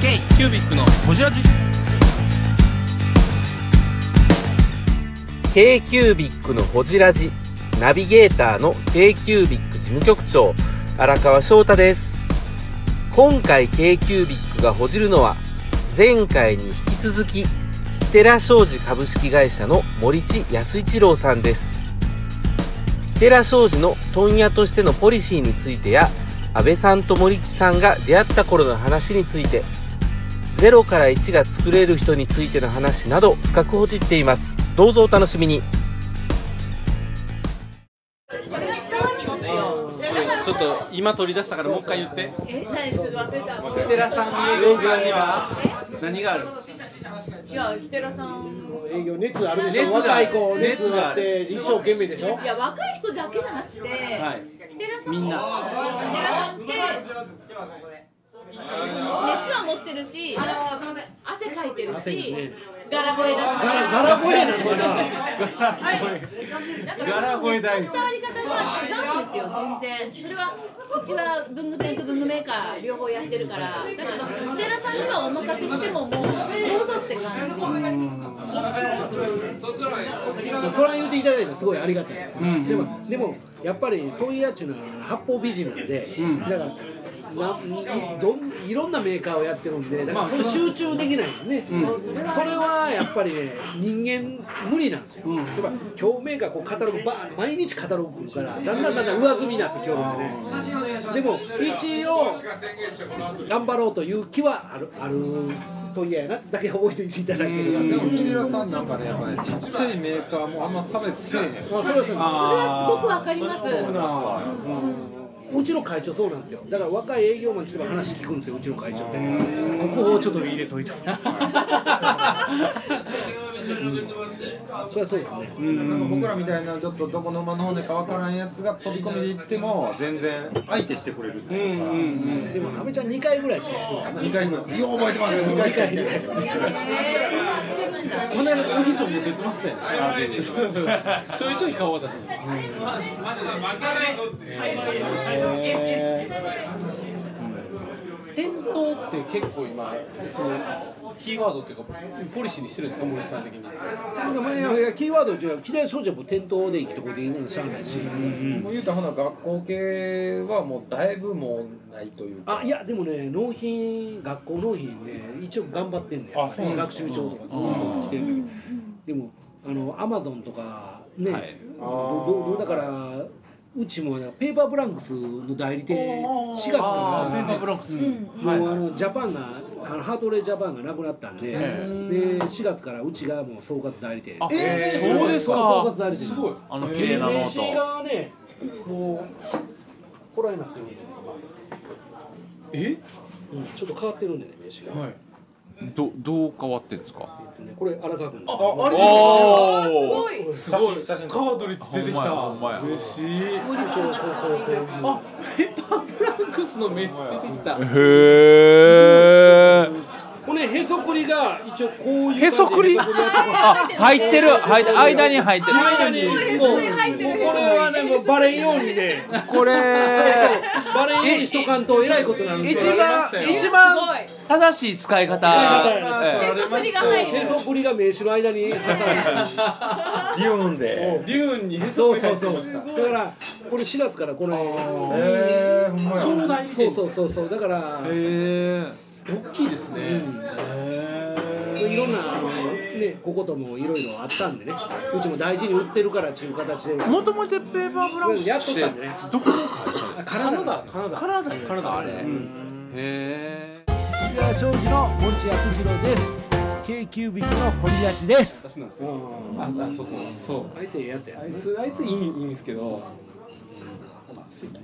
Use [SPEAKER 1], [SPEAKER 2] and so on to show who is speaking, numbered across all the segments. [SPEAKER 1] キュービックのホジラジ
[SPEAKER 2] k q u b i c のほじラジナビゲーターの k q u b i c 事務局長荒川翔太です今回 k q u b i c がほじるのは前回に引き続きキテラ商事株式会社の森地康一郎さんですキテラ商事の問屋としてのポリシーについてや安倍さんと森地さんが出会った頃の話について0から1が作れる人についての話など深くほじっていますどうぞお楽しみにちょっと今取り出したからもう一回言って
[SPEAKER 3] え、何ちょっと忘れた。
[SPEAKER 2] キテラさんに営業さんには何がある
[SPEAKER 3] いや、キテラさん。
[SPEAKER 4] 営業熱あるでし
[SPEAKER 2] 熱
[SPEAKER 4] ょ
[SPEAKER 2] が
[SPEAKER 4] 若い子
[SPEAKER 2] 熱
[SPEAKER 4] 熱
[SPEAKER 2] が
[SPEAKER 4] が
[SPEAKER 2] あ
[SPEAKER 4] あ
[SPEAKER 2] る
[SPEAKER 4] って一生懸命でしょ
[SPEAKER 3] いや、若い人だけじゃなくて、
[SPEAKER 2] はい
[SPEAKER 3] キテラさん。
[SPEAKER 2] みんな
[SPEAKER 3] キテラさんって。熱は持ってるし、汗かいてるし、ガラ声だし。
[SPEAKER 4] ガラガラ声やなこれな
[SPEAKER 3] なんかその熱の伝わり方が違うんですよ、全然。それは、うちは文具店と文具メーカー両方やってるから、だけど、キテラさんにはお任せしても、もう、どうぞって感じ。
[SPEAKER 4] それは言っていただいてすごいありがたいです、でもでもやっぱり問屋っちゅうのは八方美人なんで、だからないどんいろんなメーカーをやってるんでだからそれ集中できないんですね、それはやっぱりね人間無理なんですよ、やっぱ今日メーカーこうカタログバーン毎日カタログ来るからだんだんだんだん上積みになってきてるんでねでも一応頑張ろうという気はあるある問屋やなだけ覚えていただければ、
[SPEAKER 5] でも木村さんなんかねやっぱねちっちゃいメーカーもあんま差別せえへん
[SPEAKER 4] まあそれはそう
[SPEAKER 3] それはすごくわかります。
[SPEAKER 4] うちの会長そうなんですよだから若い営業マン来ても話聞くんですようちの会長ってここをちょっと入れといた それはそうですね
[SPEAKER 5] なんか僕らみたいなちょっとどこの馬の骨かわからんやつが飛び込みで行っても全然相手してくれるっていうか
[SPEAKER 4] でも阿部ちゃん2回ぐらいしかそうだな
[SPEAKER 5] 2回ぐらいよう覚えてますね2回しか
[SPEAKER 4] 回しか
[SPEAKER 1] この間オーディションも出てましたよねちょいちょい顔を出して店頭って結構今そのキーワードっていうかポリシーにしてるんですか森さん的に
[SPEAKER 4] いやキーワードじゃ機材少女も店頭で行くとこでいいのしゃあないし
[SPEAKER 5] もう言うたらほな学校系はもうだいぶもうないというか
[SPEAKER 4] あいやでもね納品学校納品ね一応頑張ってんね
[SPEAKER 1] あそうなんだ
[SPEAKER 4] 学習調査がずっと来てるけどでもあのアマゾンとかね、
[SPEAKER 1] はい
[SPEAKER 4] どどどだからうちもねペーパーブランクスの代理店4月から
[SPEAKER 1] ブロックス
[SPEAKER 4] もうあのジャパンがあのハートレージャパンがなくなったんで、で4月からうちがもう総括代理店
[SPEAKER 1] えーそうですか
[SPEAKER 4] 総括代理店
[SPEAKER 1] すごい
[SPEAKER 6] あの綺麗なノ
[SPEAKER 4] 名
[SPEAKER 6] ー
[SPEAKER 4] 刺
[SPEAKER 6] ト。
[SPEAKER 4] がねもうこらになってるんで、
[SPEAKER 1] え
[SPEAKER 4] うん、ちょっと変わってるんでね名刺が、
[SPEAKER 1] はい
[SPEAKER 6] どどう変わってんですか。
[SPEAKER 4] ねこれ荒川君
[SPEAKER 1] あれ
[SPEAKER 6] お
[SPEAKER 3] すごい。
[SPEAKER 1] すごいカ
[SPEAKER 5] 写真
[SPEAKER 1] ードリッジ出てきた
[SPEAKER 6] ほんまやほんまや
[SPEAKER 1] 嬉しい
[SPEAKER 3] 森さんが使っている。
[SPEAKER 1] あペッパーブランクスの名刺出てきた
[SPEAKER 6] へえ。
[SPEAKER 4] これへそくりが一応こういう
[SPEAKER 6] へそくり。あ、入ってる、入って、間に入ってる。
[SPEAKER 4] 間に
[SPEAKER 3] へ
[SPEAKER 4] も
[SPEAKER 3] そう
[SPEAKER 4] もうこ
[SPEAKER 3] れ入ってる
[SPEAKER 4] れはねもうバレんようにね
[SPEAKER 6] これ。
[SPEAKER 4] バレんようにしとかんとえらいことになるんで
[SPEAKER 6] 一
[SPEAKER 4] へ
[SPEAKER 6] 番、一番正しい使い方。え
[SPEAKER 3] へそくりが入る。
[SPEAKER 4] そくりが名刺の間に挟んで
[SPEAKER 5] ギューンで
[SPEAKER 1] デューンにへそくり
[SPEAKER 4] そうそ
[SPEAKER 1] が
[SPEAKER 4] うそうだからこれ4月からこの
[SPEAKER 5] えーほんまや
[SPEAKER 1] 壮大に
[SPEAKER 4] そうそうそうそうだから
[SPEAKER 6] え。へ
[SPEAKER 1] 大きいですね、
[SPEAKER 4] いろんなあのねここともいろいろあったんでねうちも大事に売ってるからっていう形で
[SPEAKER 6] え。もともとペーパーブランクス
[SPEAKER 4] やっと
[SPEAKER 6] っ
[SPEAKER 4] ってたんでね
[SPEAKER 6] どこの会社ですか。
[SPEAKER 1] カナダカナダ
[SPEAKER 6] カナダ、カナダあれ。へえ。
[SPEAKER 4] いや庄司の森地康次郎です k q b の堀立です
[SPEAKER 1] 私なんですよああそこそう
[SPEAKER 4] あいつええやつや
[SPEAKER 1] あいつあいついいいいんですけどそうなんですよね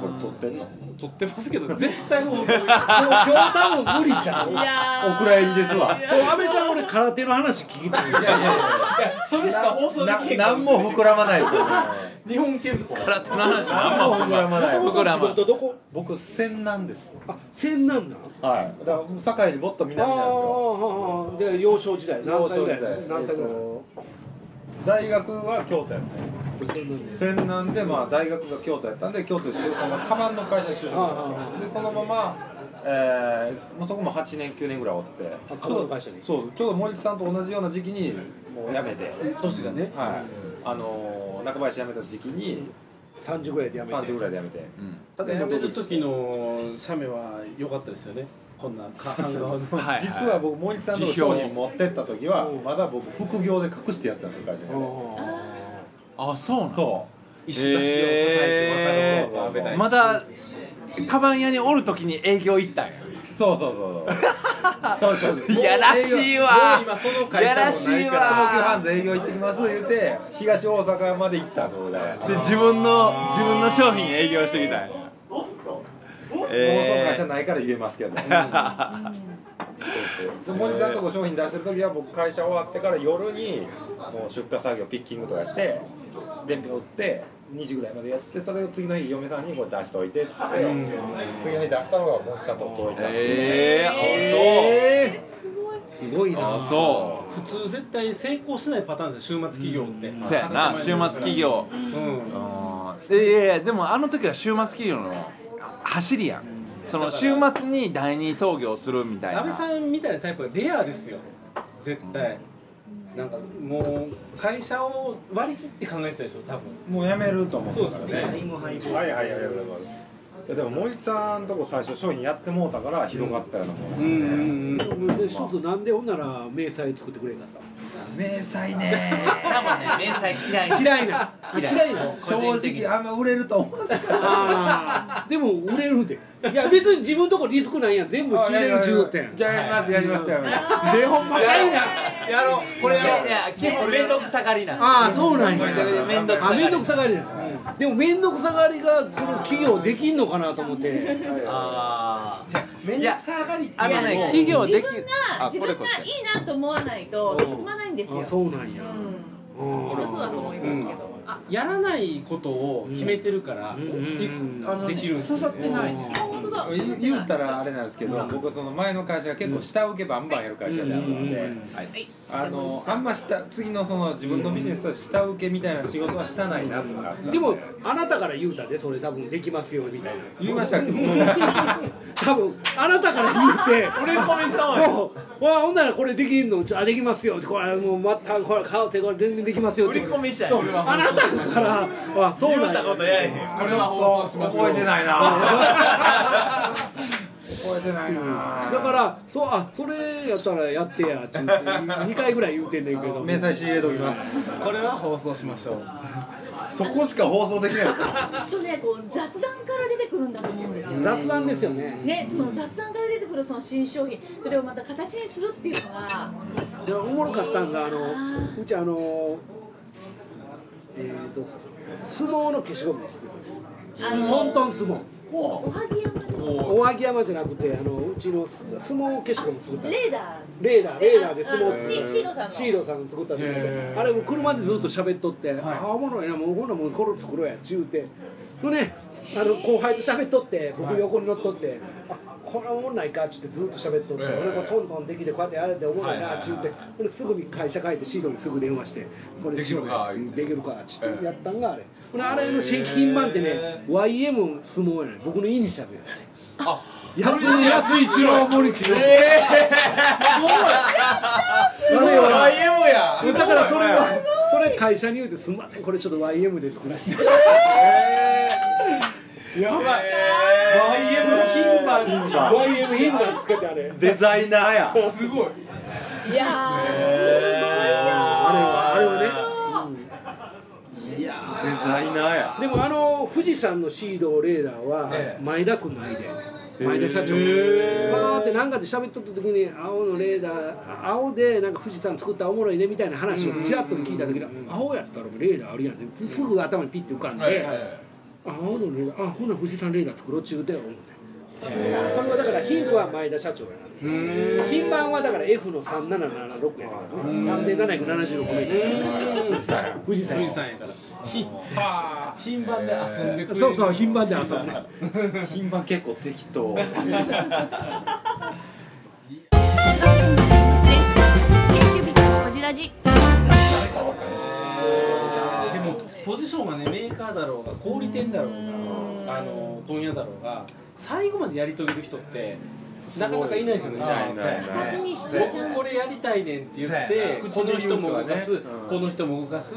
[SPEAKER 5] これ撮ってんの
[SPEAKER 1] 撮ってますけど絶対もう
[SPEAKER 4] 今日多分無理じゃん
[SPEAKER 3] いやー
[SPEAKER 5] お蔵入りですわ
[SPEAKER 4] 阿部ちゃん俺空手の話聞きたい
[SPEAKER 1] それしか放送できへんか
[SPEAKER 5] 何
[SPEAKER 1] もしれない
[SPEAKER 5] も膨らまないですよね
[SPEAKER 1] 日本憲法
[SPEAKER 6] 空手の話、あ
[SPEAKER 5] 何
[SPEAKER 6] んま
[SPEAKER 5] も
[SPEAKER 6] ほん
[SPEAKER 5] 膨ら
[SPEAKER 6] ま。
[SPEAKER 5] まない
[SPEAKER 6] 僕ら
[SPEAKER 4] 仕
[SPEAKER 6] も。
[SPEAKER 4] 事どこ
[SPEAKER 5] 僕千なんです
[SPEAKER 4] あ千なんだ
[SPEAKER 5] はいだから堺よりもっと
[SPEAKER 4] ああ
[SPEAKER 5] 南なんですよ
[SPEAKER 4] ああで幼少時代何歳ぐらい何歳ぐらい、
[SPEAKER 5] 大学は京都やったんです
[SPEAKER 4] 千なんです
[SPEAKER 5] 泉南でまあ大学が京都やったんで京都で就職そのカバンの会社に就職したんですよでそのままえーもうそこも8年9年ぐらいおって
[SPEAKER 4] あ過去の会社に
[SPEAKER 5] そうちょうど森さんと同じような時期にもう辞めて
[SPEAKER 4] 年がね
[SPEAKER 5] はいあのー中林辞めた時期に
[SPEAKER 4] 30ぐらいでやめて
[SPEAKER 5] 30ぐらいで辞めて
[SPEAKER 2] ただ辞める時の写メは良かったですよねこ んな半顔の
[SPEAKER 7] はい
[SPEAKER 5] 実は僕森さんの商品持ってった時はまだ僕副業で隠してやってたんですよ会社に
[SPEAKER 7] あそうなの
[SPEAKER 5] そう
[SPEAKER 2] 石橋を叩いて渡ろうと
[SPEAKER 7] まだカバン屋におるときに営業行ったんや
[SPEAKER 5] そうそうそうそう そうそうそう
[SPEAKER 7] いやらしいわ
[SPEAKER 2] もう今その会
[SPEAKER 7] や
[SPEAKER 2] 社も
[SPEAKER 7] ら
[SPEAKER 2] ない
[SPEAKER 7] し
[SPEAKER 2] から
[SPEAKER 7] い
[SPEAKER 5] 東急ハ
[SPEAKER 7] わ
[SPEAKER 5] ンズ営業行ってきます言うて東大阪まで行ったんですよ俺
[SPEAKER 7] で自分の自分の商品営業してきたんや
[SPEAKER 5] 放送会
[SPEAKER 7] え
[SPEAKER 5] 社ないから言えますけど
[SPEAKER 7] ー
[SPEAKER 5] 森さんとこ商品出してる時は僕会社終わってから夜にもう出荷作業ピッキングとかして伝票売って2時ぐらいまでやってそれを次の日嫁さんにこれ出しといてっつって次の日出したのが森さんと届いた
[SPEAKER 7] え
[SPEAKER 4] えーすごい
[SPEAKER 7] ー、あそう
[SPEAKER 4] な
[SPEAKER 7] あそう
[SPEAKER 2] 普通絶対成功しないパターンですよ週末企業って
[SPEAKER 7] そうやな週末企業
[SPEAKER 2] うん
[SPEAKER 7] うんいやいやでもあの時は週末企業のあ走りやんその週末に第二創業するみたいな
[SPEAKER 2] 安倍さんみたいなタイプはレアですよ絶対なんかもう会社を割り切って考えてたでしょ多分
[SPEAKER 5] もうやめると思う
[SPEAKER 2] そうですよね
[SPEAKER 5] はいはいありがとうございますいやでも森さんとこ最初商品やってもうたから広がったようなもん、
[SPEAKER 2] うんうんうん
[SPEAKER 4] で一つなんでほんなら明細作ってくれへんかった
[SPEAKER 5] 明細ね
[SPEAKER 6] 多分ね、連載嫌いな。
[SPEAKER 4] 嫌いな嫌いな
[SPEAKER 6] 個
[SPEAKER 5] 正
[SPEAKER 6] 人的に
[SPEAKER 5] 直あんま売れると思う
[SPEAKER 4] あーでも売れるでいや別に自分とこリスクないやん全部仕入れる10点
[SPEAKER 5] じゃあやりますやりますやります
[SPEAKER 4] でほんまかいな
[SPEAKER 7] やろうこれやろ
[SPEAKER 6] いや、結構面倒くさがりなんで
[SPEAKER 4] ああそうなんや
[SPEAKER 6] めんどくさ
[SPEAKER 4] あ
[SPEAKER 6] がり
[SPEAKER 4] めんどくさがりなんやでも面倒くさがりがその企業できんのかなと思って
[SPEAKER 6] あー
[SPEAKER 7] ういやあ
[SPEAKER 3] い
[SPEAKER 7] の
[SPEAKER 3] や
[SPEAKER 7] ね
[SPEAKER 3] いや
[SPEAKER 7] 企業でき
[SPEAKER 3] 自分が
[SPEAKER 7] あ
[SPEAKER 3] 自
[SPEAKER 7] これ
[SPEAKER 3] 分
[SPEAKER 7] こ
[SPEAKER 3] が
[SPEAKER 7] れ
[SPEAKER 3] いいなと思わないと進まないんですよ
[SPEAKER 4] あそうなんや
[SPEAKER 3] うん
[SPEAKER 4] うん
[SPEAKER 3] きっとそうだと思いますけど、あ
[SPEAKER 2] やらないことを決めてるから、であのねできるんですよね
[SPEAKER 3] あ本当だ
[SPEAKER 5] 言う言うたらあれなんですけど僕その前の会社が結構下請けバンバンやる会社であったんで、
[SPEAKER 6] い
[SPEAKER 5] あのあんま下次のその自分のビジネスは下請けみたいな仕事はしたないなとかあったん
[SPEAKER 4] でもあなたから言うたでそれ多分できますよみたいな
[SPEAKER 5] 言いましたけども
[SPEAKER 4] 多分あなたから言うて
[SPEAKER 7] 俺これそうや
[SPEAKER 4] そうわほんならこれできんのちょあできますよってこれもうまたこれ買うてこれ全然できますよっ
[SPEAKER 7] 振
[SPEAKER 4] て
[SPEAKER 7] り込みしたい
[SPEAKER 4] そう
[SPEAKER 7] 俺は
[SPEAKER 4] あなたからあそうなんや
[SPEAKER 7] やれへんよ
[SPEAKER 5] れは放送しましょう覚えてない な覚えてないな
[SPEAKER 4] だからそうあそれやったらやってやちゅうて2回ぐらい言うてんねんけど
[SPEAKER 5] 明細仕入れときます
[SPEAKER 2] これは放送しましょう
[SPEAKER 5] そこしか放送できない
[SPEAKER 3] きっとねこう雑談から出てくるんだと思うんですよね
[SPEAKER 4] 雑談ですよね
[SPEAKER 3] ね、その雑談から出てくるその新商品それをまた形にするっていうのが
[SPEAKER 4] でおもろかったんがあのうちあのえー、と相撲の消しゴムです
[SPEAKER 3] あの
[SPEAKER 4] トントン相撲
[SPEAKER 3] おはぎ山です
[SPEAKER 4] おはぎ山じゃなくてあのうちのす相撲消しゴム作った
[SPEAKER 3] レーダーズ
[SPEAKER 4] レーダーレーダーで相撲
[SPEAKER 3] あのシーシードさんの
[SPEAKER 4] シードさんが作ったんだけどあれも車でずっと喋っとって、ああおもろいなもうほんならもうこれ作ろうやっちゅうてほんでねあの後輩と喋っとって僕横に乗っとって、あこれおもんないかっちゅってずっと喋っとって、俺もトントンできてこうやってやれておもろいなっちゅうて、ほんですぐに会社帰ってシードにすぐ電話してこれできるかできるかっちゅってやったんがあれほんであれの新規品版ってね YM 相撲やねん僕のイニシャルやねん安井安井一郎森一郎すごい YM やだからそれはそれ会社に言うてすみませんこれちょっと YM で作ら せてやばい YM 品番 YM 品番つけてあれ
[SPEAKER 5] デザイナーや
[SPEAKER 3] いやー
[SPEAKER 4] あれはあれはね
[SPEAKER 5] デザイナーや
[SPEAKER 4] でもあの富士山のシードレーダーは前田君のアイデア前田社長バーってなんかで喋っとった時に青のレーダー青でなんか富士山作ったらおもろいねみたいな話をちらっと聞いた時に青やったらレーダーあるやんねすぐ頭にピッて浮かんで、あ青のレーダーあほな富士山レーダー作ろうっちゅうて思ってそれはだからヒントは前田社長やな品番はだから F の3776やからね3776メートル富士山
[SPEAKER 2] 富士山やからひ品番で遊んでくれる
[SPEAKER 4] そうそう品番で遊ぶね
[SPEAKER 5] 品番結構適当
[SPEAKER 3] 千葉県のです研究日のこじらじ
[SPEAKER 2] でもポジションがねメーカーだろうが小売店だろうがあの問屋だろうが最後までやり遂げる人ってなかなかいないですよね
[SPEAKER 6] いないいない
[SPEAKER 3] 形にしてちゃん
[SPEAKER 2] 僕これやりたいねんって言っ
[SPEAKER 6] そうや
[SPEAKER 2] て
[SPEAKER 6] な
[SPEAKER 2] この人も動かす、
[SPEAKER 5] 口で言う人はねうん
[SPEAKER 2] この人も動かす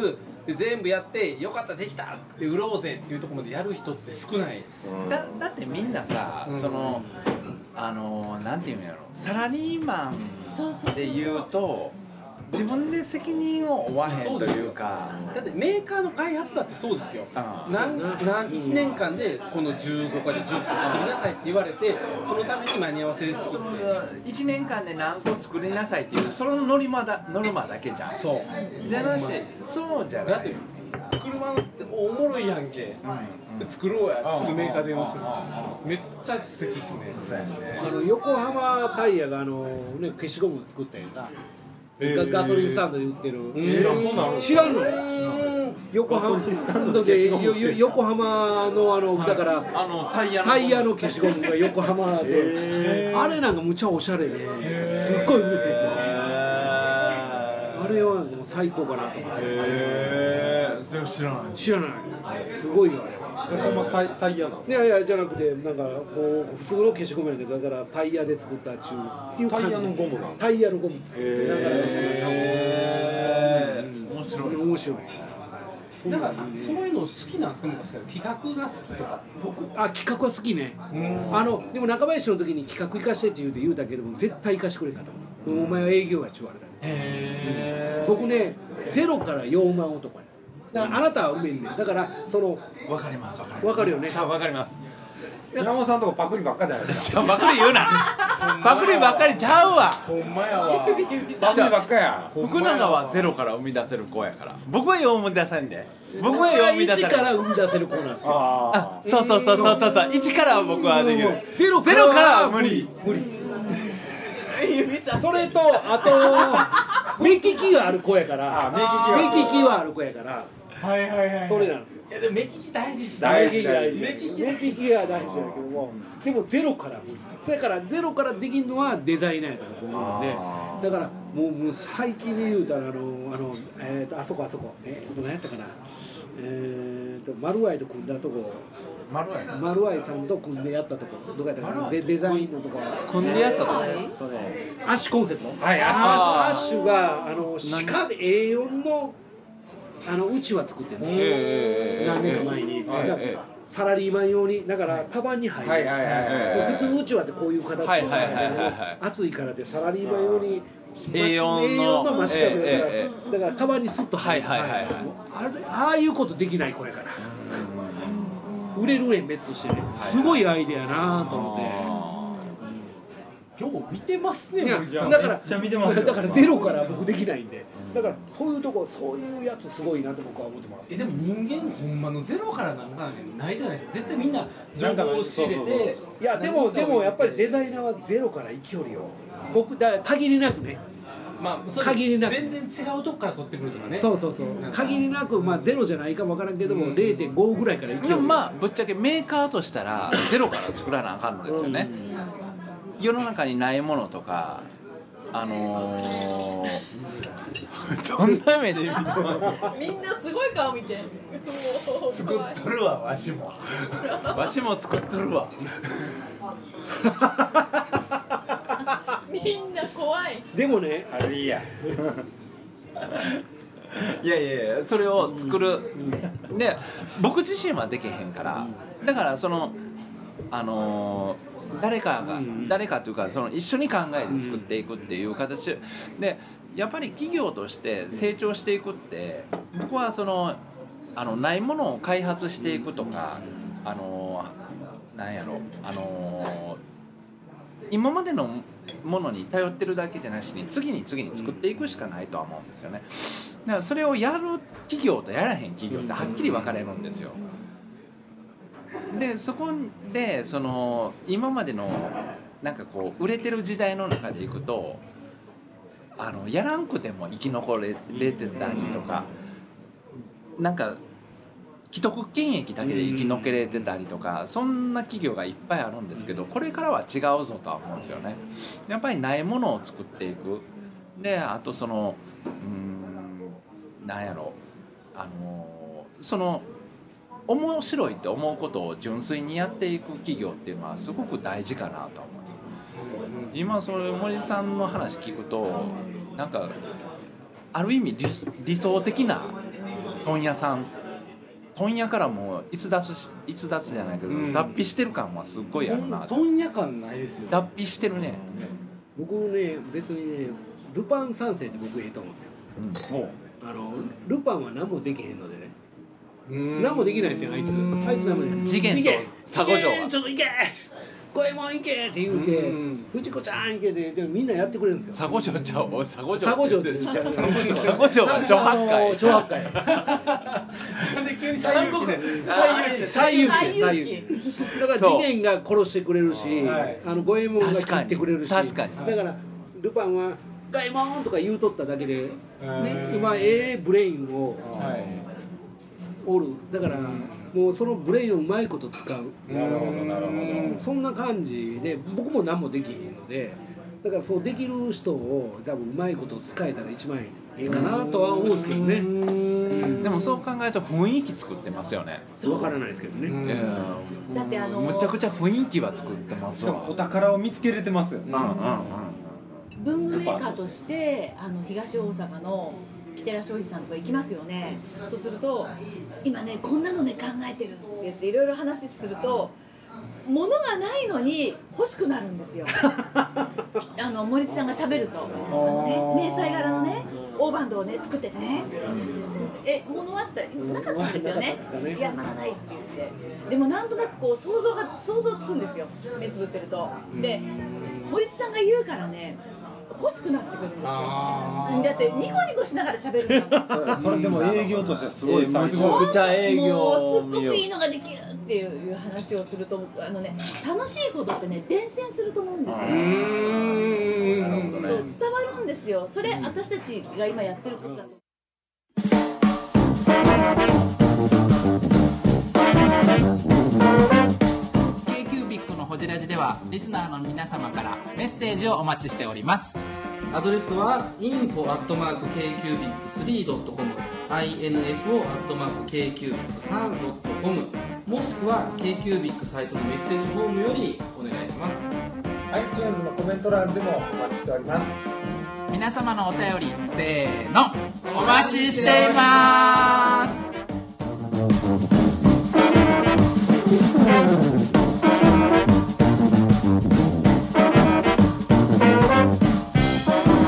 [SPEAKER 2] で全部やってよかったできたって売ろうぜっていうところまでやる人って少ない
[SPEAKER 6] だだってみんなさ、
[SPEAKER 2] うん
[SPEAKER 6] そのあのなんていうんやろサラリーマ
[SPEAKER 3] そうそうそうそ
[SPEAKER 6] ン
[SPEAKER 3] う
[SPEAKER 6] で言うと自分で責任を負わへんというか
[SPEAKER 2] だってメーカーの開発だってそうですよ
[SPEAKER 6] ああ
[SPEAKER 2] 何何1年間でこの15個で10個作りなさいって言われてそのために間に合わせです
[SPEAKER 6] そ
[SPEAKER 2] 作
[SPEAKER 6] の
[SPEAKER 2] って
[SPEAKER 6] 1年間で何個作りなさいっていうそのノリマだノルマだけじゃん
[SPEAKER 2] そう
[SPEAKER 6] じゃなしそうじゃ
[SPEAKER 2] だ
[SPEAKER 6] な
[SPEAKER 2] って
[SPEAKER 6] い
[SPEAKER 2] 車っておもろいやんけ、作ろうやすぐメーカーで電話するめっちゃ素敵っすね
[SPEAKER 6] そうやね
[SPEAKER 4] あの横浜タイヤがあの、ね、消しゴム作ったやんか、
[SPEAKER 5] え
[SPEAKER 4] ガ
[SPEAKER 5] ー
[SPEAKER 4] ガソリンスタンドで売ってる、
[SPEAKER 5] 知らんもんなの
[SPEAKER 4] 知らんの横浜
[SPEAKER 5] ガソリンスタ
[SPEAKER 4] タンド
[SPEAKER 5] ンド
[SPEAKER 4] で
[SPEAKER 5] で
[SPEAKER 4] よよ横浜のあのだから
[SPEAKER 6] あのタイヤの
[SPEAKER 4] タイヤの消しゴムが横浜であれなんかむちゃおしゃれですっごい売れててあれはもう最高かなと思って
[SPEAKER 7] ええそれ知らない
[SPEAKER 4] 知らないすごいよあれは。
[SPEAKER 5] ほんまタイタイヤなの
[SPEAKER 4] いやいやじゃなくてなんかこう普通の消しゴムやねんけどだからタイヤで作ったっちゅうっていう感じ
[SPEAKER 5] タイヤのゴムなの
[SPEAKER 4] タイヤのゴムですだから
[SPEAKER 7] 面
[SPEAKER 4] そ
[SPEAKER 7] 白い
[SPEAKER 4] の面白い
[SPEAKER 2] なんかそういうの好きなんですか昔から企画が好きとか
[SPEAKER 4] 僕あ企画は好きねあのでも中林の時に企画行かしてって言うて言うたけども絶対行かしてくれんかったもん、お前は営業やっちゅうあれだ僕ねゼロから4万男やだからあなたはうめんねんだからその
[SPEAKER 6] わかりますわかります
[SPEAKER 4] 分かるよね
[SPEAKER 6] じゃあわかります
[SPEAKER 5] 山本さんとかパクリばっかじゃない ですか
[SPEAKER 6] じゃあばっかり言うなばっかりばっかりちゃうわ
[SPEAKER 2] ほんまやわ
[SPEAKER 5] パクリばっかや
[SPEAKER 6] 福永はゼロから生み出せる子やから僕は読み出せんで僕
[SPEAKER 4] 僕
[SPEAKER 6] は
[SPEAKER 4] は
[SPEAKER 6] 読み出
[SPEAKER 4] 一
[SPEAKER 6] せる
[SPEAKER 4] から生み出せる子なんですよ
[SPEAKER 5] あ
[SPEAKER 6] あそうそうそうそうそうそう一からは僕はできる
[SPEAKER 4] ゼロ
[SPEAKER 6] ゼロからは無理
[SPEAKER 4] 無理それとあと目利きがある子やから
[SPEAKER 5] あ目利きが
[SPEAKER 4] 目利きはある子やからはいはいはいそれなんですよ
[SPEAKER 2] いやでも目利き大事っす
[SPEAKER 5] 大
[SPEAKER 4] 目利
[SPEAKER 5] 事
[SPEAKER 4] き大
[SPEAKER 5] 大
[SPEAKER 4] 事
[SPEAKER 5] 事
[SPEAKER 4] 目利きが大事だけどもでもゼロから無理そやからゼロからできるのはデザイナーやと思うんでだからもうもう最近で言うたらあのあの、えー、とあそこあそこえー、ここ何やったかなえー、とマルアイと組んだとこ
[SPEAKER 6] まるやな
[SPEAKER 4] マルアイさんと組んでやったとこどこやったかなでデザインのとこ
[SPEAKER 6] 組んでやったと思う
[SPEAKER 4] アッシュコンセプト
[SPEAKER 5] はいアッシュ
[SPEAKER 4] アッシュアッシュがあの鹿で A4 のあのうちは作ってんの
[SPEAKER 6] ええええええ
[SPEAKER 4] 何年か前にだからサラリーマン用にだからカバンに入る、
[SPEAKER 5] はいはいはい
[SPEAKER 4] 普通うちわってこういう形とか
[SPEAKER 6] はいはいはいはいはい
[SPEAKER 4] 暑いからでサラリーマン用に真っ
[SPEAKER 6] A4 の
[SPEAKER 4] 真四角やから、
[SPEAKER 6] えええ
[SPEAKER 4] だからカバンにスッと入る、
[SPEAKER 6] はいはいはいはい
[SPEAKER 4] もうあれああいうことできない子やから売れる円別としてねすごいアイデアなと思って
[SPEAKER 2] よう見てますね
[SPEAKER 4] いや
[SPEAKER 2] 森さん
[SPEAKER 4] だか
[SPEAKER 5] めっちゃ見てます
[SPEAKER 4] ら
[SPEAKER 5] よ
[SPEAKER 4] だからゼロから僕できないんでだからそういうとこそういうやつすごいなと僕は思ってます
[SPEAKER 2] えでも人間ほんまのゼロからなんかないじゃないですか絶対みんな情
[SPEAKER 5] なんか
[SPEAKER 2] 報を仕入れ
[SPEAKER 5] そうそう
[SPEAKER 2] て
[SPEAKER 5] そう
[SPEAKER 4] いやでもでもやっぱりデザイナーはゼロから生きよるよ僕だ限りなくね
[SPEAKER 2] まあそれ
[SPEAKER 4] 限りなく
[SPEAKER 2] 全然違うとこから取ってくるとかね
[SPEAKER 4] そうそうそう限りなくまあゼロじゃないかもわからんけども0.5ぐらいから生き
[SPEAKER 6] で
[SPEAKER 4] よ
[SPEAKER 6] も
[SPEAKER 4] る
[SPEAKER 6] まあぶっちゃけメーカーとしたらゼロから作らなあかんのですよね世の中にないものとかあの ー、どんな目で見て
[SPEAKER 8] みんなすごい顔見てもう
[SPEAKER 6] 作っとるわわしもわしも作っとるわ
[SPEAKER 8] みんな怖い
[SPEAKER 4] でもね
[SPEAKER 5] あれいいや
[SPEAKER 6] いやいやいやそれを作るで僕自身はできへんからだからそのあのー誰かが誰かというかその一緒に考えて作っていくっていう形でやっぱり企業として成長していくって僕はそのあのないものを開発していくとかあのーなんやろあのー今までのものに頼ってるだけじゃなしに次に次に作っていくしかないとは思うんですよねだからそれをやる企業とやらへん企業ってはっきり分かれるんですよでそこでその今までのなんかこう売れてる時代の中でいくとあのやらんくても生き残れれてたりとかなんか既得権益だけで生き残れてたりとかそんな企業がいっぱいあるんですけどこれからは違うぞとは思うんですよね。やっぱりないものを作っていくであとそのうーんなんやろあのその面白いって思うことを純粋にやっていく企業っていうのはすごく大事かなとは思うんですよ今それ森さんの話聞くとなんかある意味理理想的な問屋さん問屋からもう逸脱し逸脱じゃないけど、
[SPEAKER 2] うん
[SPEAKER 6] 脱皮してる感はすっごいあるな
[SPEAKER 2] とんや感ないです よ。
[SPEAKER 6] 脱皮してるね、
[SPEAKER 4] 僕ね別にねルパン三世って僕ええと思うんですよあのルパンは何もできへんのでね何もできないですよあいつあいつ何もできない
[SPEAKER 6] 次元と佐
[SPEAKER 4] 次
[SPEAKER 6] 護城
[SPEAKER 4] 元
[SPEAKER 6] は
[SPEAKER 4] ちょっと行け五右衛門行けって言うて
[SPEAKER 2] うん
[SPEAKER 4] 藤子ちゃん行けってでもみんなやってくれるんですよ
[SPEAKER 6] 佐護城ちゃうおい佐護城
[SPEAKER 4] 佐護城って言っちゃう
[SPEAKER 6] 佐護城は女八
[SPEAKER 4] あの
[SPEAKER 6] 回
[SPEAKER 4] ー超八回
[SPEAKER 2] なんで急に
[SPEAKER 6] 三
[SPEAKER 2] 三
[SPEAKER 6] 国
[SPEAKER 2] 国で。
[SPEAKER 4] 最優
[SPEAKER 8] 最
[SPEAKER 4] 秀
[SPEAKER 8] 優
[SPEAKER 4] 最優
[SPEAKER 8] 秀
[SPEAKER 4] だから
[SPEAKER 6] そう
[SPEAKER 4] 次元が殺してくれるし
[SPEAKER 2] はい
[SPEAKER 4] あの五右衛門が切ってくれるし
[SPEAKER 6] 確かに確
[SPEAKER 2] かに
[SPEAKER 4] だからルパンは「五右衛門!」とか言うとっただけで、ね
[SPEAKER 2] うん、
[SPEAKER 4] 今ええブレインを
[SPEAKER 2] はい。
[SPEAKER 4] おるだからもうそのブレインをうまいこと使う
[SPEAKER 2] なるほどなるほど。
[SPEAKER 4] そんな感じで僕も何もできへんのでだからそうできる人を多分うまいこと使えたら一番ええかなとは思うんですけどね
[SPEAKER 6] でもそう考えると雰囲気作ってますよね、
[SPEAKER 4] わからないですけどね、
[SPEAKER 6] いやいや
[SPEAKER 3] だってあの
[SPEAKER 6] むちゃくちゃ雰囲気は作ってますわ
[SPEAKER 5] お宝を見つけれてますよね
[SPEAKER 6] うんうんうん
[SPEAKER 3] 文具メーカーとしてあの東大阪の木寺庄司さんとか行きますよねそうすると今ねこんなのね考えてるって言っていろいろ話すると物がないのに欲しくなるん ですよあの森地さんがしゃべるとあのね迷彩柄のね大バンドをね作っててねえ物はあったなかったんですよねいやまだないって言ってでもなんとなくこう想像が想像つくんですよ目つぶってるとで森地さんが言うからね欲しくなってくるんですよだってニコニコしながら喋るんだもん
[SPEAKER 5] それでも営業としてはすごい参考
[SPEAKER 6] むちゃくちゃ営業
[SPEAKER 3] もうすっごくいいのができるっていう話をするとあのね楽しいことってね伝染すると思うんですよ、そう伝わるんですよそれ、私たちが今やってることだと
[SPEAKER 9] k q b i c のホジラジではリスナーの皆様からメッセージをお待ちしております
[SPEAKER 10] アドレスは info.kcubic3.com info.kcubic3.com もしくは KQBIC サイトのメッセージフォームよりお願いします
[SPEAKER 5] iTunes のコメント欄でもお待ちしております
[SPEAKER 9] 皆様のお便りせーのお待ちしています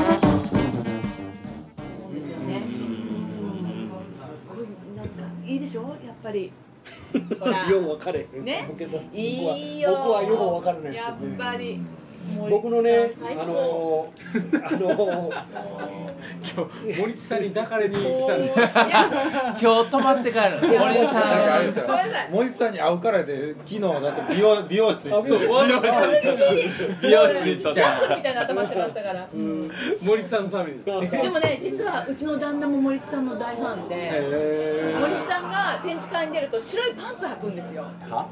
[SPEAKER 3] 思うんですよねすっごいなんかいいでしょやっぱ りほ ら
[SPEAKER 4] よう分かれへん
[SPEAKER 3] ね
[SPEAKER 4] けど僕はい
[SPEAKER 3] いよ
[SPEAKER 4] 僕はよう分からないです
[SPEAKER 3] や
[SPEAKER 4] けど
[SPEAKER 3] っ
[SPEAKER 4] ね
[SPEAKER 3] ぱり森
[SPEAKER 4] 僕のね
[SPEAKER 3] さん最
[SPEAKER 4] あ
[SPEAKER 3] 高
[SPEAKER 4] の あの
[SPEAKER 2] 森地さんに抱かれに来たんで。
[SPEAKER 3] おーいや
[SPEAKER 6] 今日泊まって帰る
[SPEAKER 3] いや
[SPEAKER 6] 森さん
[SPEAKER 3] ごめんなさい
[SPEAKER 5] 森田さんに会うからで昨日だって美容美容室行って
[SPEAKER 3] 美容室にジャンプみたいな頭してましたから
[SPEAKER 2] 森地さんのために。
[SPEAKER 3] でもね実はうちの旦那も森地さんの大ファンで森地さんが展示会に出ると白いパンツ履くんですよ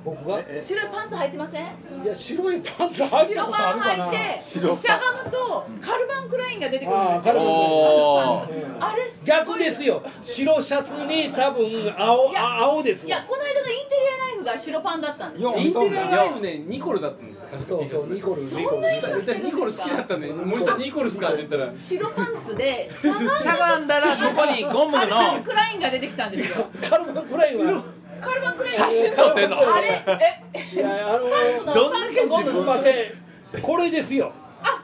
[SPEAKER 4] 僕が
[SPEAKER 3] 白いパンツ履いてません
[SPEAKER 4] いや白いパンツ入った
[SPEAKER 3] 白
[SPEAKER 4] こ
[SPEAKER 3] パ
[SPEAKER 4] とあるか
[SPEAKER 3] ン
[SPEAKER 4] な
[SPEAKER 3] 履いてしゃがむとカルバンクラインが出てくるん
[SPEAKER 4] あ
[SPEAKER 3] で
[SPEAKER 4] ー
[SPEAKER 3] す
[SPEAKER 4] カル
[SPEAKER 3] よ
[SPEAKER 4] バン
[SPEAKER 6] おー
[SPEAKER 3] あれすご
[SPEAKER 4] 逆
[SPEAKER 3] い
[SPEAKER 4] ですよ白シャツに多分青
[SPEAKER 3] いや
[SPEAKER 4] あ青です
[SPEAKER 3] い
[SPEAKER 4] よ
[SPEAKER 3] やこの間のインテリアライフが白パンだったんですよ
[SPEAKER 5] よう
[SPEAKER 2] イン
[SPEAKER 5] 見
[SPEAKER 2] テ
[SPEAKER 5] と
[SPEAKER 2] リ
[SPEAKER 5] ん
[SPEAKER 2] ア
[SPEAKER 5] な
[SPEAKER 2] ライブね、ニコルだったんですよ。確か
[SPEAKER 4] そう
[SPEAKER 2] T シ
[SPEAKER 4] そ
[SPEAKER 2] ャ
[SPEAKER 4] う
[SPEAKER 2] ツ。
[SPEAKER 4] ニコル
[SPEAKER 3] そ
[SPEAKER 4] ニコ
[SPEAKER 3] ん
[SPEAKER 4] ル
[SPEAKER 3] な色
[SPEAKER 2] 絶対ニコル好きだったんで、森さんニコルっすかって言ったら。
[SPEAKER 3] 白パンツでしゃがんだ
[SPEAKER 6] しゃがんだらそこにゴム
[SPEAKER 3] カルバン
[SPEAKER 6] の
[SPEAKER 3] クラインが出てきたんですよ
[SPEAKER 4] カルバンくらいは
[SPEAKER 3] カルバンクライン
[SPEAKER 6] 写真撮ってんの
[SPEAKER 3] あれえ
[SPEAKER 4] いやあの
[SPEAKER 3] どんだけ
[SPEAKER 4] すいませんこれですよ
[SPEAKER 3] あ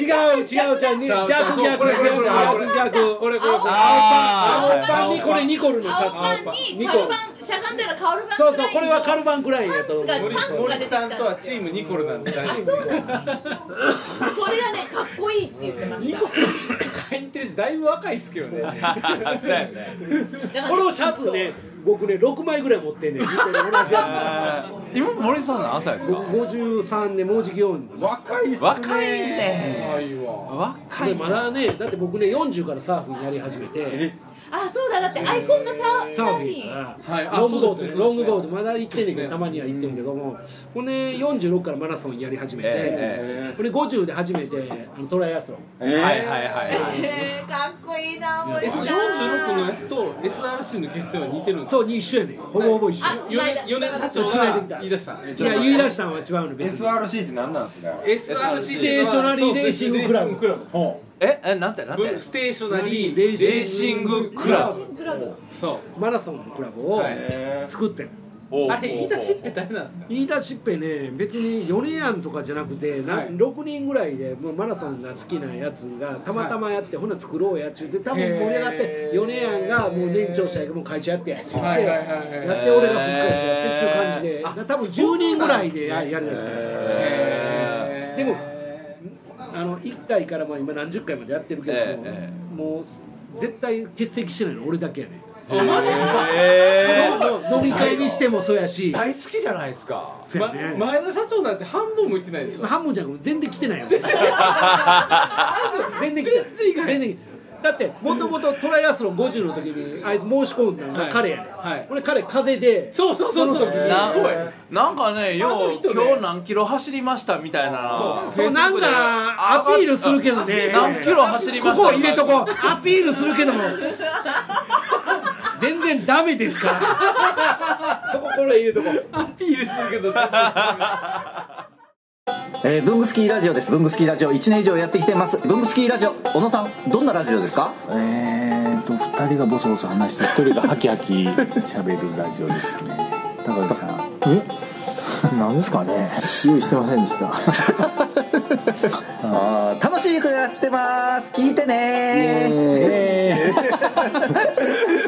[SPEAKER 3] 違った
[SPEAKER 4] 違う違う違うに逆逆
[SPEAKER 2] そうこれこれこれこれ
[SPEAKER 4] 逆逆
[SPEAKER 2] これこれ
[SPEAKER 3] 青
[SPEAKER 2] これ。
[SPEAKER 4] 青
[SPEAKER 3] パン
[SPEAKER 4] パンにこれニコルのシャ
[SPEAKER 3] 青
[SPEAKER 4] ツ
[SPEAKER 3] パンにカルバンしゃがんだらカルバン
[SPEAKER 4] そうそうこれはカル
[SPEAKER 3] ン
[SPEAKER 4] バンくらいやと思う
[SPEAKER 3] パンツ
[SPEAKER 2] 森
[SPEAKER 3] が
[SPEAKER 2] 森さんとはチームニコルなんで大丈夫。
[SPEAKER 3] それがねかっこいいって言ってまし
[SPEAKER 2] ニ
[SPEAKER 3] た
[SPEAKER 2] コル会員ってだいぶ若いっすけどね。
[SPEAKER 6] そうやね
[SPEAKER 3] だから
[SPEAKER 4] このシャツね僕ね6枚ぐらい持ってんねん見てる同じや
[SPEAKER 6] 今森さん何歳です
[SPEAKER 4] つ
[SPEAKER 6] か
[SPEAKER 4] 53年もうじき4
[SPEAKER 5] 若いっすね
[SPEAKER 6] 若いね
[SPEAKER 2] はいわ。
[SPEAKER 6] 若
[SPEAKER 4] で
[SPEAKER 6] い
[SPEAKER 4] まだねだって僕ね40からサーフィンやり始めて
[SPEAKER 3] あそうだだってアイコンがさ
[SPEAKER 4] サ
[SPEAKER 3] さ
[SPEAKER 4] ー
[SPEAKER 3] ら
[SPEAKER 4] フィ
[SPEAKER 3] に
[SPEAKER 4] ン
[SPEAKER 3] あ
[SPEAKER 10] はいあ
[SPEAKER 4] ロングボ
[SPEAKER 10] そう
[SPEAKER 4] ー
[SPEAKER 10] です
[SPEAKER 4] ド
[SPEAKER 10] ね
[SPEAKER 4] ロングボードまだ行ってんねんけ
[SPEAKER 10] そうで
[SPEAKER 4] どた
[SPEAKER 10] すね
[SPEAKER 4] まには行ってんけどもほんで46からマラソンやり始め
[SPEAKER 10] え
[SPEAKER 4] てほんで50で初めてあのトライアスロン
[SPEAKER 10] はいはいはいはい
[SPEAKER 3] えー、かっこいいな森さん
[SPEAKER 2] S46 のやつと SRC の決戦は似てるんですよ
[SPEAKER 4] そうに一緒やねんほぼほぼ一緒
[SPEAKER 3] あ
[SPEAKER 2] 米米津社長が言い出した
[SPEAKER 4] いや言い出したんは違うの別に
[SPEAKER 5] SRC って何なんですか
[SPEAKER 2] SRC
[SPEAKER 4] ステーショナリーレーシングクラブ
[SPEAKER 6] ええなんてなんて
[SPEAKER 2] ブステーショナリー
[SPEAKER 4] レ
[SPEAKER 2] レ
[SPEAKER 4] ー
[SPEAKER 2] ー
[SPEAKER 4] シ
[SPEAKER 2] シ
[SPEAKER 4] ン
[SPEAKER 2] ン
[SPEAKER 4] グ
[SPEAKER 2] グ
[SPEAKER 4] ク
[SPEAKER 2] ク
[SPEAKER 4] ラ
[SPEAKER 2] ラブ
[SPEAKER 4] ブ
[SPEAKER 3] クラブ
[SPEAKER 2] そ
[SPEAKER 4] マラソンのクラブを作ってん
[SPEAKER 2] うあれ言い出しっぺ誰なんですか
[SPEAKER 4] 飯田しっぺね別に4年やんとかじゃなくて、な
[SPEAKER 2] はい
[SPEAKER 4] 6人ぐらいでもうマラソンが好きなやつがたまたまやって、ほな作ろうやっちゅうて多分盛り上がって
[SPEAKER 2] へー
[SPEAKER 4] 4年やんがもう年長者やけどもう会長やってやっちゅうて、
[SPEAKER 2] はいはいはいはい
[SPEAKER 4] やって俺が副会長やってっちゅう感じで、な多分10人ぐらいでややりだした、でもあの1回からまあ今何十回までやってるけども、
[SPEAKER 6] え
[SPEAKER 4] もう絶対欠席してないの俺だけやねん。
[SPEAKER 6] え
[SPEAKER 4] 飲み会にしてもそうやし、
[SPEAKER 6] 大好きじゃないですか
[SPEAKER 4] そうやね
[SPEAKER 2] ま前田社長なんて半分も言ってないでしょ
[SPEAKER 4] ハムじゃなくて全然来てないよ
[SPEAKER 2] 全然来ない
[SPEAKER 4] 全然来てない全然だってもともとトライアスロン50の時にあいつ申し込んだのが彼やねん、
[SPEAKER 2] はいはい
[SPEAKER 4] 俺彼風邪で
[SPEAKER 2] そうそうそうそう
[SPEAKER 4] そ
[SPEAKER 2] すご
[SPEAKER 4] の時
[SPEAKER 2] い
[SPEAKER 4] に
[SPEAKER 6] なんかねよう
[SPEAKER 2] 人ね
[SPEAKER 6] 今日何キロ走りましたみたいな
[SPEAKER 4] そうなんかアピールするけどね
[SPEAKER 6] 何キロ走りま
[SPEAKER 4] こ
[SPEAKER 6] した
[SPEAKER 4] こ入れとこうアピールするけども全然ダメですからそここれ入れとこう
[SPEAKER 2] アピールするけど
[SPEAKER 11] えー、ブングスキーラジオです。ブングスキーラジオ1年以上やってきてます。ブングスキーラジオ、小野さん、どんなラジオですかえーと、2人がボソボソ話して、1人がハキハキ喋るラジオですね。高木さん。えなんですかね用意してませんで した。あー楽しい曲やってます。聞いてね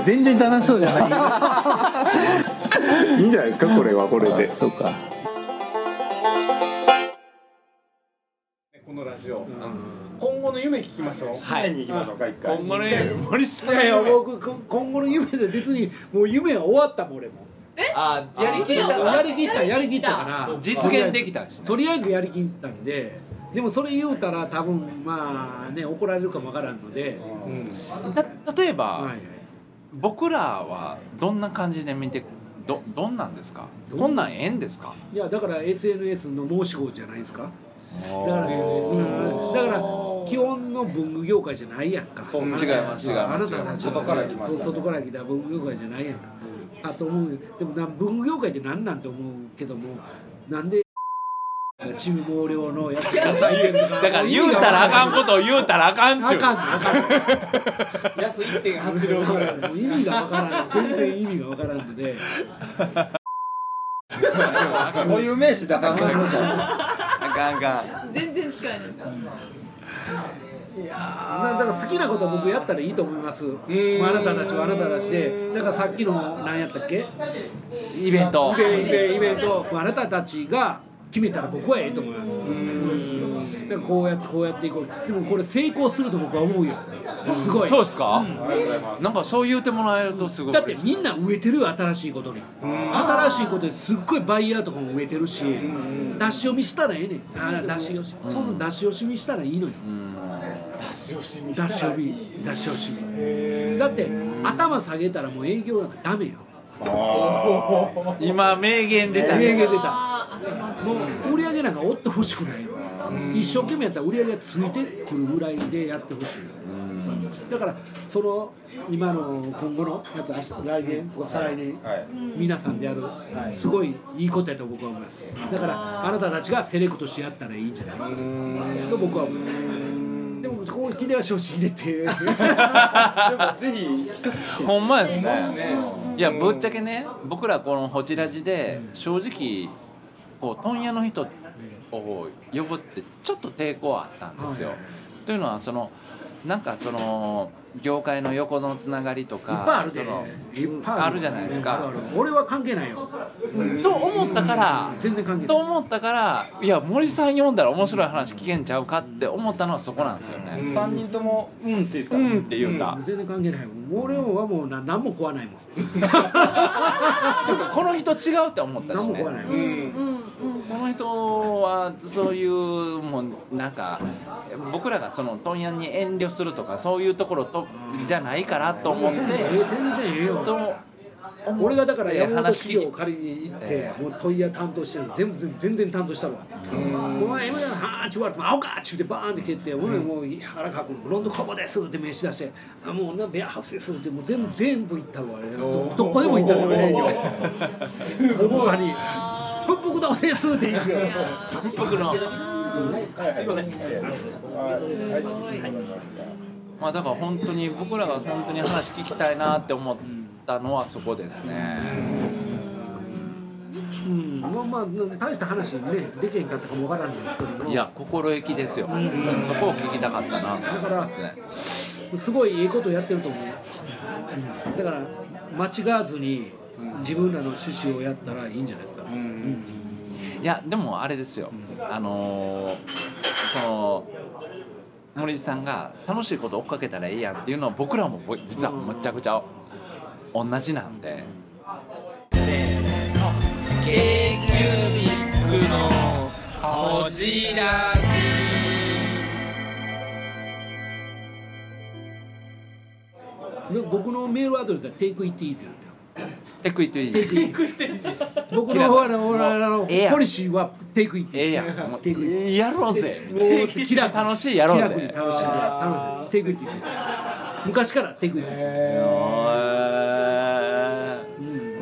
[SPEAKER 11] 全然楽しそうじゃない。いいんじゃないですか、これはこれで。そうか。
[SPEAKER 2] このラジオ今後の夢聞きましょう
[SPEAKER 5] はいに行きましょうか一回
[SPEAKER 6] ほんまに森さん
[SPEAKER 4] いやいや僕こ今後の夢で別にもう夢は終わったもん俺も
[SPEAKER 6] あやりきったか
[SPEAKER 4] やりきったやりきったから
[SPEAKER 6] 実現できたしね
[SPEAKER 4] とりあえずやりきったんででもそれ言うたら多分まあね怒られるかもわからんので、
[SPEAKER 6] た例えば、
[SPEAKER 4] はいはい
[SPEAKER 6] 僕らはどんな感じで見てどどんなんですかこんなんええんですか
[SPEAKER 4] いやだから SNS の申し子じゃないですかだから,うん、だから基本の文具業界じゃないやんか
[SPEAKER 6] う違います違います
[SPEAKER 4] あなたたちは
[SPEAKER 5] 外から来ました
[SPEAKER 4] そう外から来た文具業界じゃないやんかかと思うでもな文具業界って何なんて思うけどもなんで チーム毛量のやつが書いてるのか
[SPEAKER 6] だから言うたらあかんことを言うたらあかん
[SPEAKER 4] あ
[SPEAKER 6] ちゅう
[SPEAKER 4] かんねあかんね
[SPEAKER 2] 安1.8両ぐらい
[SPEAKER 4] もう意味がわからん全然意味がわからんので
[SPEAKER 5] こういう名詞出さない
[SPEAKER 6] あかんあか
[SPEAKER 8] 全然使えないんだ
[SPEAKER 4] なだから好きなこと僕やったらいいと思いますもうあなたたちはあなたたちでだからさっきの何やったっけイ
[SPEAKER 6] んイベント
[SPEAKER 4] ベイベイベントもうあなたたちが決めたら僕はええと思いますだからこうやってこうやっていこうでもこれ成功すると僕は思うよすごい
[SPEAKER 6] そうですか、なんかそう言うてもらえるとすごい
[SPEAKER 4] だってみんな植えてるよ新しいことに新しいことにすっごいバイヤーとかも植えてるし出し読みしたらええねんあ出し読みその出し惜しみしたらいいのよ出し惜しみ出し惜しみだって頭下げたらもう営業なんかダメよ
[SPEAKER 6] 今名言出た
[SPEAKER 4] 売り上げ
[SPEAKER 6] ね
[SPEAKER 4] 出たもう売り上げなんか追ってほしくないよ一生懸命やったら売り上げがついてくるぐらいでやってほしいだからその今の今後のやつ明日来年とか再来年
[SPEAKER 5] はい
[SPEAKER 4] 皆さんでやる、すごいいいことやと僕は思いますだからあなたたちがセレクトしてやったらいいんじゃないと僕は思いますでもここ来ては正直でっていう
[SPEAKER 5] ぜひ
[SPEAKER 6] ほんまですねいやぶっちゃけね僕らこのホチラジで正直こう問屋の人を呼ぶってちょっと抵抗あったんですよ、というのはそのなんかその業界の横のつながりと
[SPEAKER 4] いっ
[SPEAKER 6] か
[SPEAKER 4] ぱいあるで
[SPEAKER 6] その
[SPEAKER 4] いっぱい
[SPEAKER 6] あるじゃないですか
[SPEAKER 4] あるある俺は関係ないよ
[SPEAKER 6] と思ったから
[SPEAKER 4] 全然関係ない
[SPEAKER 6] と思ったからいや森さん読んだら面白い話聞けんちゃうかって思ったのはそこなんですよね
[SPEAKER 5] 3人とも「うん」って言った
[SPEAKER 6] うんって言うた、
[SPEAKER 4] 全然関係ないもん俺はもうな何も食わないもん
[SPEAKER 6] この人違うって思った
[SPEAKER 4] 何
[SPEAKER 6] し
[SPEAKER 4] も食
[SPEAKER 6] ね
[SPEAKER 4] わないも
[SPEAKER 8] うんんうん
[SPEAKER 6] この人はそういうもうなんか僕らがその問屋に遠慮するとかそういうところとじゃないからと思って
[SPEAKER 4] 全然ええよ
[SPEAKER 6] と
[SPEAKER 4] 俺がだから
[SPEAKER 6] えー
[SPEAKER 4] 山本
[SPEAKER 6] 話聞き
[SPEAKER 4] 企業を仮に行って、もう問屋担当してるの全部全全然担当したのお前今だなはあっちゅうわれて「青か!」っちゅうてバーンって蹴って「俺もう原川君ブロンドコボです」って名刺出して「あもうなベアハウスです」ってもう全全部行ったわあれどどこでも行ったの俺営業すごいに「プンプクどうです」って言うよ
[SPEAKER 6] 僕の
[SPEAKER 5] すいません。
[SPEAKER 6] まあだから本当に僕らが本当に話聞きたいなって思ったのはそこですね。
[SPEAKER 4] うんまあまあ大した話ねできへんかったかもわからんんですけども
[SPEAKER 6] いや心意気ですよ。そこを聞きたかったなと思いますね。
[SPEAKER 4] すごいいいことやってると思う、うんだから間違わずに自分らの趣旨をやったらいいんじゃないですか、
[SPEAKER 6] いやでもあれですよ、あのーその森さんが楽しいこと追っかけたらいいやんっていうのは僕らもぼ実はむちゃくちゃ同じなんで。
[SPEAKER 9] k q b i c のほじら
[SPEAKER 4] で僕のメールアドレスは takeitis
[SPEAKER 6] テクイテ
[SPEAKER 4] テクイ
[SPEAKER 6] ィ
[SPEAKER 4] 僕の方のあのあの
[SPEAKER 6] ええやん
[SPEAKER 4] ポリシーは takeitis
[SPEAKER 6] ええやんもうやろうぜ
[SPEAKER 4] もう気楽
[SPEAKER 6] 楽しいやろう
[SPEAKER 4] 気
[SPEAKER 6] ぜ
[SPEAKER 4] 楽に楽しんで楽しい takeitis 昔から takeitis
[SPEAKER 6] へー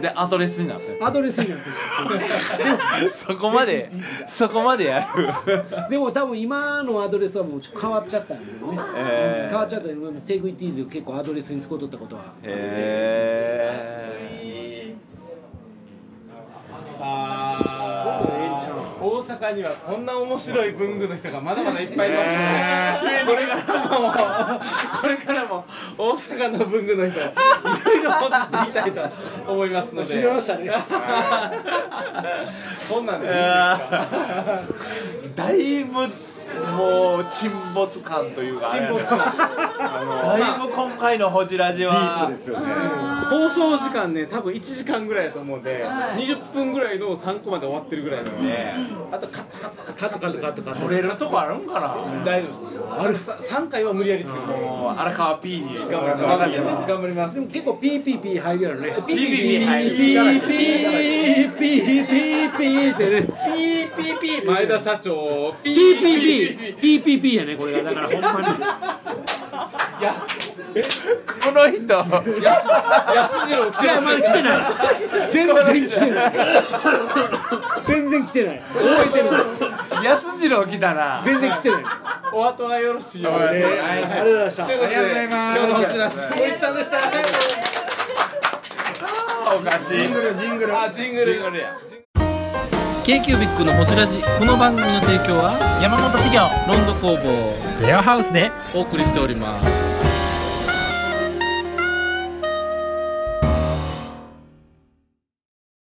[SPEAKER 6] でアドレスにな ってる
[SPEAKER 4] アドレスになって
[SPEAKER 6] そこまでそこまでや る
[SPEAKER 4] るでも多分今のアドレスはもうちょっと変わっちゃったんだよね、
[SPEAKER 6] ええ
[SPEAKER 4] 変わっちゃったよね takeitis を結構アドレスに使うとったことは
[SPEAKER 6] へ
[SPEAKER 2] あー大阪にはこんな面白い文具の人がまだまだいっぱいいますね、これからもこれからも大阪の文具の人いろいろ戻っていきたいと思いますので
[SPEAKER 4] 知りましたね
[SPEAKER 2] こんなんでいい
[SPEAKER 6] ーだいぶもう沈没感というか
[SPEAKER 2] 沈没
[SPEAKER 6] 感 だいぶ今回のホジラジは
[SPEAKER 5] ですよね。
[SPEAKER 2] 放送時間ね多分1時間ぐらいだと思うんで、20分ぐらいの3個まで終わってるぐらいなので、あとカットカットカット
[SPEAKER 4] カットカットカットカット
[SPEAKER 6] 取れるとこあるんかな
[SPEAKER 2] 大丈夫ですあれ3回は無理やり作ります
[SPEAKER 6] もう荒川 P に
[SPEAKER 2] 頑張り
[SPEAKER 6] わ
[SPEAKER 2] ま
[SPEAKER 6] かっ
[SPEAKER 2] す
[SPEAKER 6] てる
[SPEAKER 2] 頑張ります
[SPEAKER 4] でも結構ピーピーピー入るやろね
[SPEAKER 6] ピーピーピー入る
[SPEAKER 4] ピーピーピーピーピーってね
[SPEAKER 2] ピーピーピー前田社長ピー
[SPEAKER 4] TPP TPP やねこれがだからほんまに
[SPEAKER 6] この人
[SPEAKER 2] 安次郎来
[SPEAKER 4] い
[SPEAKER 2] て
[SPEAKER 4] やまだ来てない全然来てない全然来てない覚えてる
[SPEAKER 6] 安次郎来たな
[SPEAKER 4] 全然来てない
[SPEAKER 2] お後はよろしいようで
[SPEAKER 4] ありがとうございました
[SPEAKER 2] ということで今日のお知らせ森さんでした
[SPEAKER 6] おかしい
[SPEAKER 5] ジングルジングル。
[SPEAKER 2] あジングル
[SPEAKER 9] k q b i c のほじらじこの番組の提供は山本資源ロンド工房レアハウスでお送りしております